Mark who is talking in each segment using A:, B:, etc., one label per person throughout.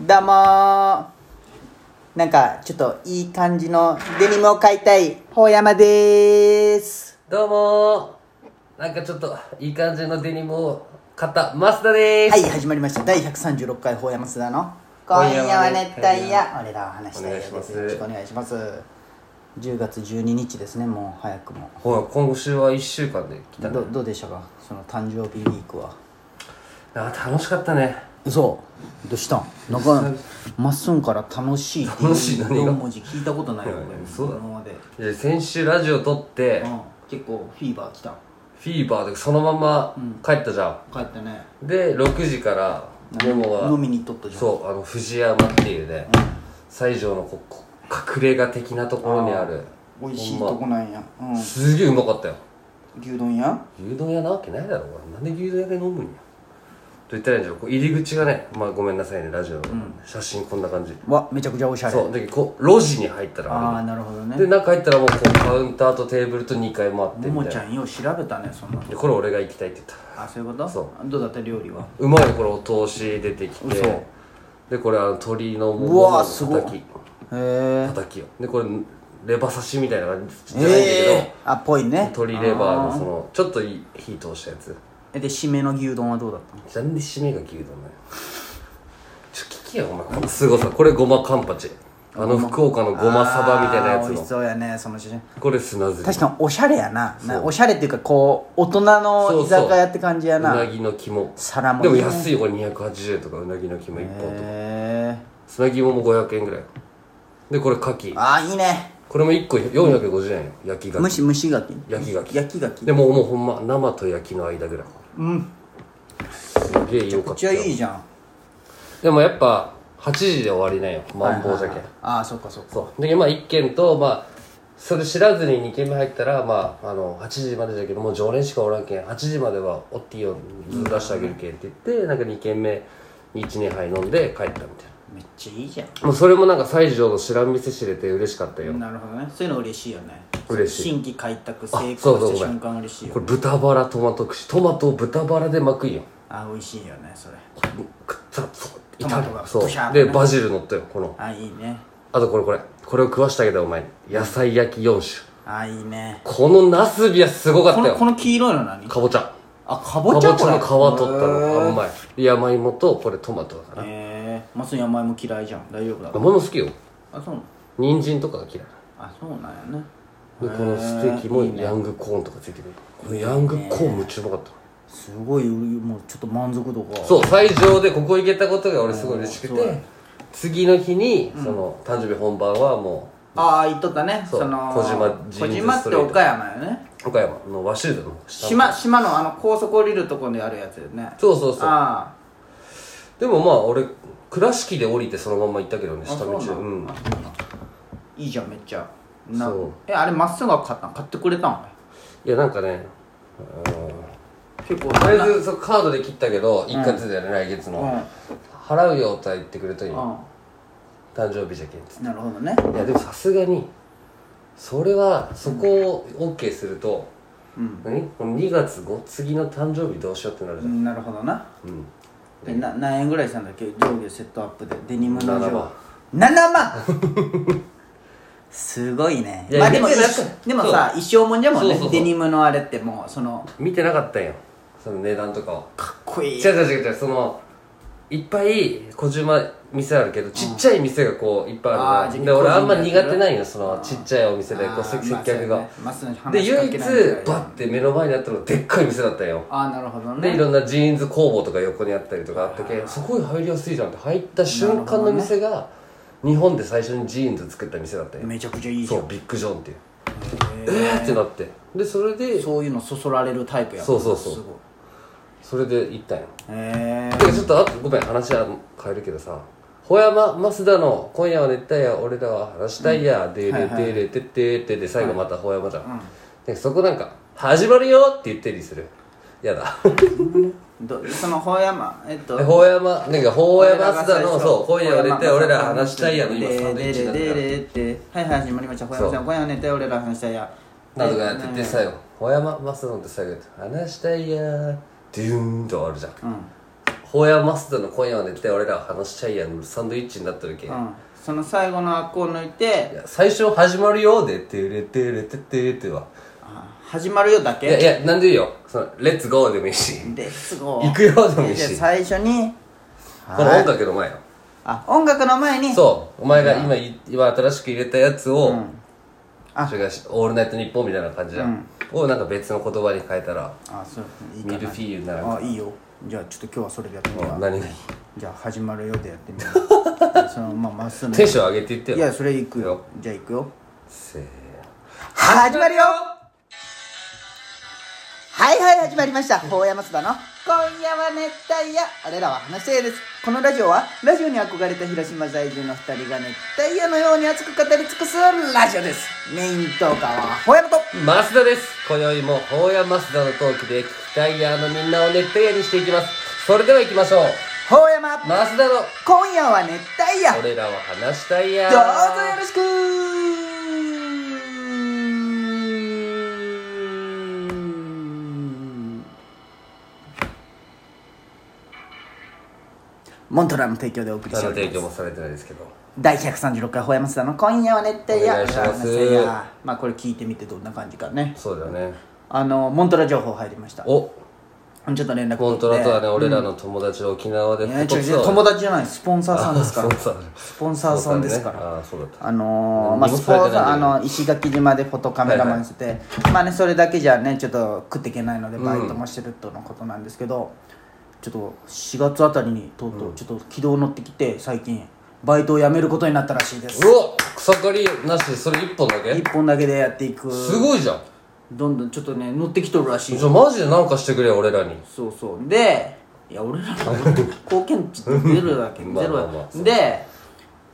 A: どうもーなんかちょっといい感じのデニムを買いたいほうやまでーす
B: どうもーなんかちょっといい感じのデニムを買ったマスダでー
A: は
B: す、
A: い始まりました第136回ほうやま須田の今
B: 今
A: 夜
B: 夜
A: は
B: は
A: 熱
B: 熱
A: 帯
B: 帯夜
A: 夜俺らは話したいやつですよろ
B: お願い
A: し
B: し
A: く
B: ま
A: お願いします10月12日ですねもう早くも
B: ほら今週は1週間で来たね
A: どどうでしたかその誕生日ウィークは
B: あー楽しかったね
A: そうどうしたんなんかまっすんから楽しいっていう
B: 楽しい何
A: 4
B: が
A: 文字聞いたことないよ俺
B: そうだ
A: 今まで、
B: で先週ラジオ撮って、
A: う
B: フ
A: ん、結構フィーバー来た
B: ィーバーでそのまま帰ったじゃん、
A: 帰ったね
B: で6時からメモが
A: 飲みに行っとったじゃん
B: そうあの藤山っていうね、西条のここ隠れ家的なところにある
A: 美味しい
B: ほんま
A: とこなんや、う
B: すげえうまかったよ
A: ん、牛丼屋
B: 牛丼屋なわけないだろこれなんで牛丼屋で飲むんやと言ったらいいんじゃろこう入り口がねまあごめんなさいねラジオの、写真こんな感じ
A: わめちゃくちゃおしゃれ
B: そうでこう路地に入った
A: ああ
B: ら
A: なるほどね
B: で中入ったらもうこうカウンターとテーブルと2階もあって
A: もも
B: みたい
A: ちゃんよう調べたねそんな
B: なでこれ俺が行きたいって言った
A: あそういうこと
B: そ
A: どうだった料理は
B: うまいよこれお通し出てきて
A: 嘘
B: でこれあの鶏のも
A: うわ
B: も
A: ーすごい
B: のたき
A: へ
B: たたきよでこれレバ刺しみたいな感じじゃないんだけど、
A: えあっぽいね
B: 鶏レバーのそのちょっといい火通したやつ
A: えで締めの牛丼はどうだったの
B: なんで締めが牛丼だよちょ聞きよお前このすごさこれごまカンパチあの福岡のごまサバみたいなや
A: あー美味し
B: つの
A: そうやねその写真
B: これ砂ずり
A: 確かにおしゃれやななおしゃれっていうかこう大人の居酒屋って感じやな
B: うなぎの肝
A: 皿もね
B: でも安いよこれ280円とかうなぎの肝1本とか
A: へえ
B: 砂肝も500円ぐらいでこれ牡蠣
A: ああいいね
B: これも1個450円よ焼き牡
A: 蒸
B: 蠣
A: し蒸し柿
B: 焼き牡蠣
A: 焼き柿
B: でももうほんま生と焼きの間ぐらいうんすげえよか
A: めっ
B: っ
A: ちゃ
B: たよ
A: いいじゃん
B: でもやっぱ8時で終わりなんよマンボウじゃけん
A: ああそっかそっか
B: そうでまあ1軒とまあそれ知らずに2軒目入ったらまああの8時までだけどもう常連しかおらんけん8時まではおっていいよずっと出してあげるけんって言ってなんか2軒目12杯飲んで帰ったみたい
A: めっちゃいいじゃん
B: なもうそれもなんか西条の知らん店知れて嬉しかったよ
A: なるほどねそういうの嬉しいよね
B: 嬉しい
A: 新規開拓成功
B: そうそう
A: した
B: ごめ
A: 瞬
B: ん
A: 間嬉しいよ
B: これ豚バラトマト串トマトを豚バラで巻くんよ
A: あ美味しいよねそれ
B: くったそう
A: トマトが
B: そ
A: ドシャー
B: う
A: ッとね
B: でバジル乗ったよこの
A: あいいね
B: あとこれこれこれを食わしてあげたよお前に野菜焼き4種
A: あいいね
B: このナスビはすごかっ
A: こ
B: た
A: のこ
B: よ
A: の黄色いの何
B: かぼちゃ
A: あか
B: か
A: ぼ
B: ぼ
A: ち
B: ち
A: ゃ
B: ゃ
A: こ
B: の
A: れ
B: 皮取ったのが甘い山芋とこれトマトだな
A: ええ松山も嫌いじゃん大丈夫だ
B: 山芋好きよ
A: あそう
B: 人参とかが嫌い
A: あそうなんやね
B: でこのステーキもヤングコーンとかついてくるこのヤングコーンむっちゃうまかった
A: すごいもうちょっと満足度が
B: そう最上でここ行けたことが俺すごい嬉しくて次の日にその誕生日本番はも
A: ああ言っとったね
B: そう
A: その
B: 小島ジ
A: 小
B: ーンズ
A: 島っ
B: スト
A: て
B: レート
A: 岡山よね
B: う岡山の鷲津の下
A: 島島のあの高速降りるとこにあるやつよね
B: そうそうそう
A: あ
B: でもまあ俺倉敷で降りてそのまま行ったけどね
A: ああ
B: 下道
A: そうなん
B: うん
A: あそうなんいいじゃんめっちゃな
B: そう
A: えあれまっすぐは買ったん買ってくれたん
B: いやなんかねうん
A: 結構
B: とりあえずそうカードで切ったけど一括だよね、来月
A: うん
B: の、払うよとは言ってくれと今、
A: う
B: 誕生日じゃけんっつっ
A: んなるほどね
B: ていやでもさすがにそれはそこを OK すると、
A: うん
B: 何この2月後次の誕生日どうしようってなるじゃん、
A: なるほどな
B: うん
A: でな何円ぐらいしたんだっけ上下セットアップでデニムの
B: 7万
A: 7万すごいね
B: いや
A: まあでも
B: いや
A: 一緒
B: なんか
A: でもさ一生もんじゃもんね
B: そうそうそう
A: デニムのあれってもうその
B: 見てなかったんよその値段とかは
A: かっこいい
B: 違う違う違う違うそのいっぱい小島店あるけどちっちゃい店がこういっぱいあ
A: あー
B: る
A: じ
B: じ
A: ゃ
B: ゃ
A: あ
B: んで俺あんま
A: 個人でやってる
B: 苦手ないよそのちっちゃいお店でこう接接客が、
A: まあそうやねまっすぐ話
B: で
A: しか
B: 唯
A: け
B: 一
A: ないぐらいだ
B: バッて目の前にあったのがでっかい店だったんよ
A: ああなるほどね
B: でいろんなジーンズ工房とか横にあったりとかあったけそこに入りやすいじゃんって入った瞬間の店が日本で最初にジーンズ作った店だったよ
A: めちゃくちゃいいじゃ
B: そ
A: ん
B: うビッグジョンっていうえーってなってでそれで
A: そういうのそそられるタイプや
B: そうそうそう
A: すごい
B: それで行ったんよ
A: へ
B: でちょっとあとごめん話は変えるけどさ「ほやま増田の今夜は熱帯夜俺らは話したいや」で
A: はい
B: で
A: はい
B: でででででで最後またほやまじゃんでそこなんか「始まるよ」って言ったりするやだ
A: えどそのほうやまえっと
B: でほうやまなんかほうやま須田のそう
A: ほ
B: 今
A: や
B: 夜
A: ま
B: は絶対俺ら話したいやの今
A: で
B: サンドイッチ
A: で
B: だった
A: ででってはいはい始まりましたほやまさん今夜は寝て俺ら話したいや
B: なんとかやってて
A: で
B: 最後ほうやま須田のって最後やって話したいやドゥーンと終わるじゃん
A: うん
B: ホヤマスターの今夜まで来て俺ら話しちゃいやんサンドイッチになったるけ、
A: うんその最後のアコを抜い
B: い
A: て
B: や最初始まるよで「てれてれててれ」っては
A: あ始まるよだ
B: いやい
A: け
B: やなんでいいよその「レッツゴー」でもいいし
A: です
B: 「
A: ご
B: 行くよ」でもいい
A: じゃあ
B: し
A: 最初に
B: この音楽の前よ
A: あ音楽の前に
B: そうお前が今い今新しく入れたやつを、
A: あ
B: それが「オールナイトニッポン」みたいな感じだ、をなんか別の言葉に変えたら
A: あそういいか
B: ミ
A: な
B: ルフィーユになる
A: あいいよじゃあちょっと今日はそれでやってみよう
B: 何何々
A: じゃあ始まるよでやってみよ うそのまあまっすぐ
B: テンション上げていってよ
A: いやそれ行くよ
B: よ
A: じゃあ行くよ
B: せーの
A: 始まるよはいはい始まりました法山津田の「今夜は熱帯夜」俺らは話し合いですこのラジオはラジオに憧れた広島在住の2人が熱帯夜のように熱く語り尽くすラジオですメイントーカーは法山と
B: マスダです今宵もホーヤマスダのトークで聞きたいやーのみんなを熱帯夜にしていきますそれでは行きましょう
A: 法山
B: マスダの
A: 今夜は熱帯夜
B: 俺らは話したいや
A: どう
B: ー
A: ぞよろしくモントラーの提供でお送りし
B: 何
A: て
B: の
A: お
B: 提
A: り
B: 供
A: ます
B: もされてないですけど
A: 第136回ほやまさんの今夜は熱帯夜
B: お願いします
A: お願いしままあこれ聞いてみてどんな感じかね
B: そうだよね
A: あのモントラ情報入りましたちょ
B: お
A: っと連絡取って
B: コントラとはね、俺らの友達の沖縄で
A: いやちょちょ
B: 友
A: 友達じゃないスポンサーさんですから
B: 達
A: スポンサーさんですから
B: ああーそうだった
A: あのーまあ、
B: 何も
A: スポー
B: されて
A: ツ
B: な
A: あ
B: いんだけど
A: の石垣島でフォトカメラマンしてて、まあねそれだけじゃねちょっと食っていけないのでバイトもしてるとのことなんですけど、ちょっと4月あたりにとうとうちょっと軌道乗ってきて最近バイトを辞めることになったらしいです
B: うお草刈りなしでそれ一本だけ
A: 1本だけでやっていく
B: すごいじゃん
A: どんどんちょっとね乗ってきとるらしい
B: じゃあマジで何かしてくれよ俺らに
A: そうそうでいや俺らの貢献値ってゼロだけど
B: まあ
A: ゼロだ
B: まあまあ
A: で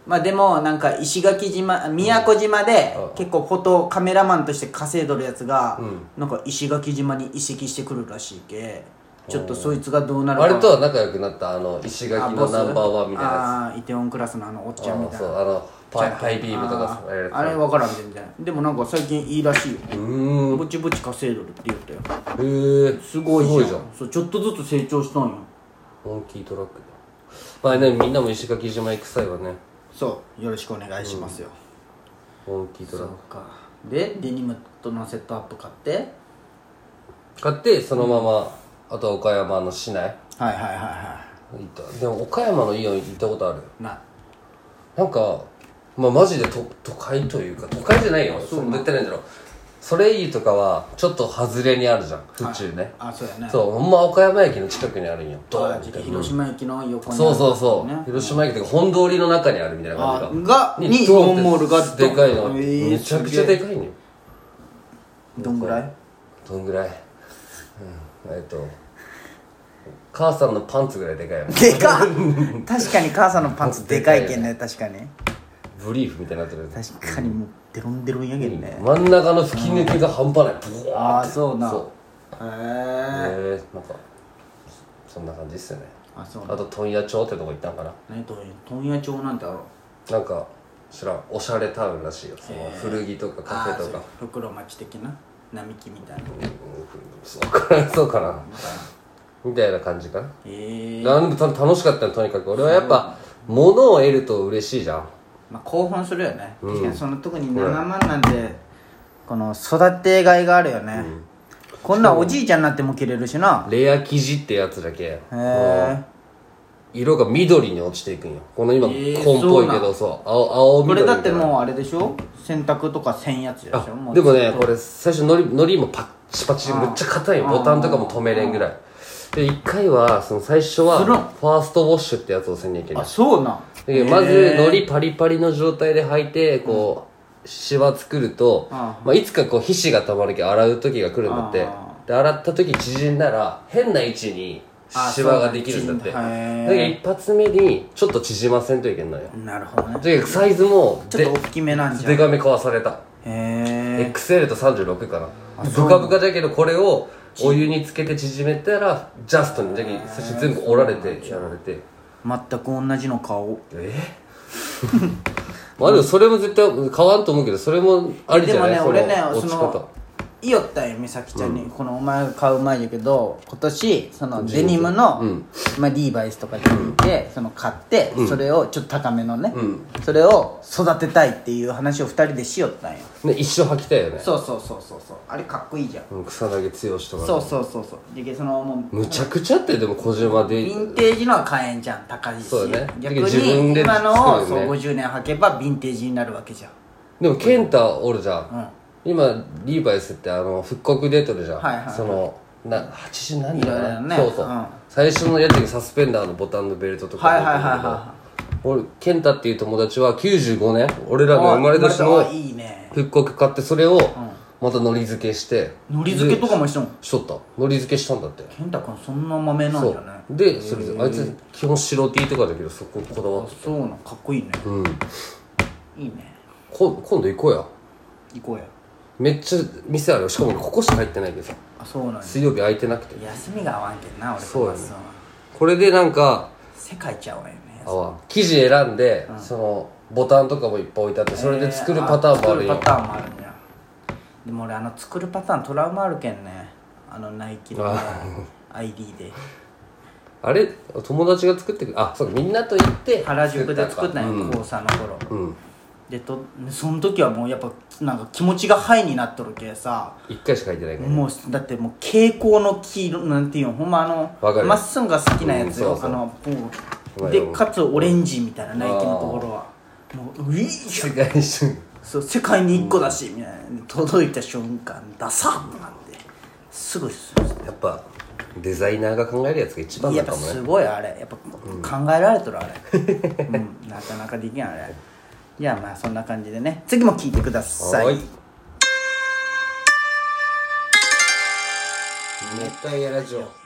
A: まあでもなんか石垣島宮古島で
B: うん
A: 結構フォトカメラマンとして稼いどるやつが、
B: うん
A: なんか石垣島に移籍してくるらしいけちょっとそいつがどうなるか
B: あれとは仲良くなったあの石垣のナンバーワンみたいなやつ
A: ああーイテウォンクラスのあのおっちゃんみたい
B: そう
A: な
B: あのパイハイビームとか
A: あ
B: そうやるやつ
A: ーあれ分からん全然でもなんか最近いいらしいよ
B: うーん
A: ぼちぼち稼いどるって言ったよ
B: へえ
A: すごい
B: す
A: じゃ
B: ご
A: ん
B: いじゃん
A: そうちょっとずつ成長したんよ
B: モンキートラックだまあねみんなも石垣島行く際はね
A: そうよろしくお願いしますよ、
B: モンキートラッ
A: そうかでデニムとのセットアップ買って
B: ク買ってそのままあとは岡山の市内
A: はいはいはいは
B: 行ったでも岡山のイオン行ったことある
A: いな
B: なんかまあマジでと都会というか都会じゃないよそう言ってないんだろうソレイユとかはちょっと外れにあるじゃん府中ね、
A: あそうやね
B: そうほんま岡山駅の近くにあるんよドーン
A: あ
B: みたいな
A: 広島駅の横に
B: そうそうそう、
A: ね
B: 広島駅とか本通りの中にあるみたいな
A: あ
B: 感じ
A: が
B: が
A: にイ
B: ド
A: オ
B: ンって
A: ンモールがあって
B: でかいの、
A: えー
B: めちゃくちゃでかいのよ
A: どんぐらい
B: どんぐらい、うん、えっと母さんのパンツぐらいでかいよ
A: でかっ確かに母さんのパンツでかいけんね確かに
B: ブリーフみたいになってるやつ
A: 確かにもうデロンデロンやけんね
B: 真ん中の吹き抜けが半端ないブ
A: あ
B: ワー
A: あ
B: って
A: そうな
B: そう
A: へえ
B: えー、なんかそんな感じっすよね
A: あそうな
B: あと問屋町ってとこ行ったんかな
A: 何と問屋町なんてあろう
B: なんか知らんおしゃれタウンらしいよその古着とかカフ
A: あ
B: ェ
A: ー
B: と
A: そう
B: か
A: 袋町的な並木みたいな
B: そうかなそうかなみたいな感じかな、
A: ええ
B: なんでた楽しかったのとにかく俺はやっぱ物を得ると嬉しいじゃん
A: まあ、興奮するよね、確かにその特に7万なんてこの育てがいがあるよね、こんなんおじいちゃんになっても着れるしな
B: レア生地ってやつだけ
A: へえ
B: 色が緑に落ちていくんよこの今
A: えー
B: 紺っぽいけ
A: そうな
B: どそう青青
A: こ
B: 緑
A: れ
B: み
A: だ
B: たい
A: っ
B: な
A: てもうあれでしょ洗濯とかせんやつでしょもう
B: でもねこれ最初のりのりもパッチパチめっちゃ硬いよボタンとかも止めれんぐらいで一回はその最初は
A: す
B: フ
A: るん
B: ァーストウォッシュってやつをせんにいけない
A: あそうなん
B: でまず海苔パリパリの状態で履いてこうシワ作ると、
A: うん
B: まあ、いつかこう皮脂がたまるけど洗う時が来るんだって
A: あ
B: で洗った時縮んだら変な位置にシワができるんだって
A: あそうなんだ縮ん
B: だ
A: だ
B: から
A: へ
B: 一発目にちょっと縮ませんといけんのよ
A: なるほどね
B: とにかくサイズも
A: ち
B: で
A: ょっと大きめなんじゃん
B: でかめ買わされた
A: へえ
B: XL と36かなブカブカだけどこれをお湯につけて縮めたらジャストにだけ最初全部折られてやられて
A: 全く同じの顔
B: えまあでもそれも絶対買わんと思うけどそれもありじ
A: で
B: ゃ
A: も
B: ない
A: ね
B: その
A: 俺ね
B: 落
A: そ
B: ち
A: の
B: 方
A: 言いよったんよ美咲ちゃんに、このお前が買う前やけど今年そのデニムの、
B: うん
A: まあ、リーバイスとかで見て、その買って、それをちょっと高めのね、
B: うん
A: それを育てたいっていう話を二人でしよったんよ
B: ね一生履きたいよね
A: そうそうそうそうそうあれかっこいいじゃん、
B: うん草薙剛とか
A: そう
B: ね
A: そうそうそうじゃけそのもう
B: むちゃくちゃってでも小島で
A: ヴィンテージのは買えんじゃん高いし、
B: そうだね
A: 逆
B: 自分
A: に
B: で
A: 今のを
B: 作
A: そう
B: るよね
A: 50年履けばヴィンテージになるわけじゃん
B: でも健太おるじゃ
A: うん
B: ん、今リーバイスってあの復刻出てるじゃん、
A: はいはいはい
B: そのな80何年
A: いろい
B: だ
A: ろね
B: な、そうそう、
A: うん
B: 最初のやつにサスペンダーのボタンのベルトとか
A: はいはいはいはいは
B: 俺健太っていう友達は95年俺らの生まれ年
A: あ
B: の
A: いいね
B: 復刻買ってそれをまたのり付けして
A: のり付けとかもしてんの
B: しとったのり付けしたんだって
A: 健太君そんな豆なんじ
B: そ
A: ゃ
B: う
A: ね
B: でそれであいつ基本白 T とかだけどそここだわ
A: あ
B: って
A: そうなんかっこいいね
B: うん
A: いいね
B: こ今度行こうや
A: 行こうや
B: めっちゃ店あるよしかもここしか入ってないけどさ
A: あそうなんや
B: 水曜日空いてなくて
A: 休みが合わんけんな俺
B: そうやね
A: とマスは
B: これでなんか
A: 世界ちゃうわよね
B: あわ生地選んで、そのボタンとかもいっぱい置いてあってそれで作るパターンもある
A: えーあ
B: よ、
A: 作るパターンもあるんやでも俺あの作るパターントラウマあるけんねあのナイキのね ID で
B: あれ友達が作ってくるあそうかみんなと行って
A: 原宿で作ったん
B: う
A: や
B: ん
A: 高3の頃
B: うん
A: でとその時はもうやっぱなんか気持ちがハイになっとるけさ
B: 一回しか入ってないからね
A: もうだってもう蛍光の黄色なんていうのほんまあ
B: わか
A: の
B: る
A: まっすぐが好きなやつ
B: う
A: よ
B: んそ
A: あ
B: うそう
A: のも
B: わ
A: う
B: かる
A: でかつオレンジみたいなナイキのところはもううい
B: 世界一周
A: そう世界に1個だしみたいな届いた瞬間ダサッってなってすぐす
B: やっぱデザイナーが考えるやつが一番
A: や
B: だ
A: っ
B: か
A: ぱ
B: もね
A: すごいあれやっぱ考えられとるあれ、うん、なかなかできんあれいやまあそんな感じでね次も聞いてくださ
B: はい
A: い
B: 熱帯夜ラジオ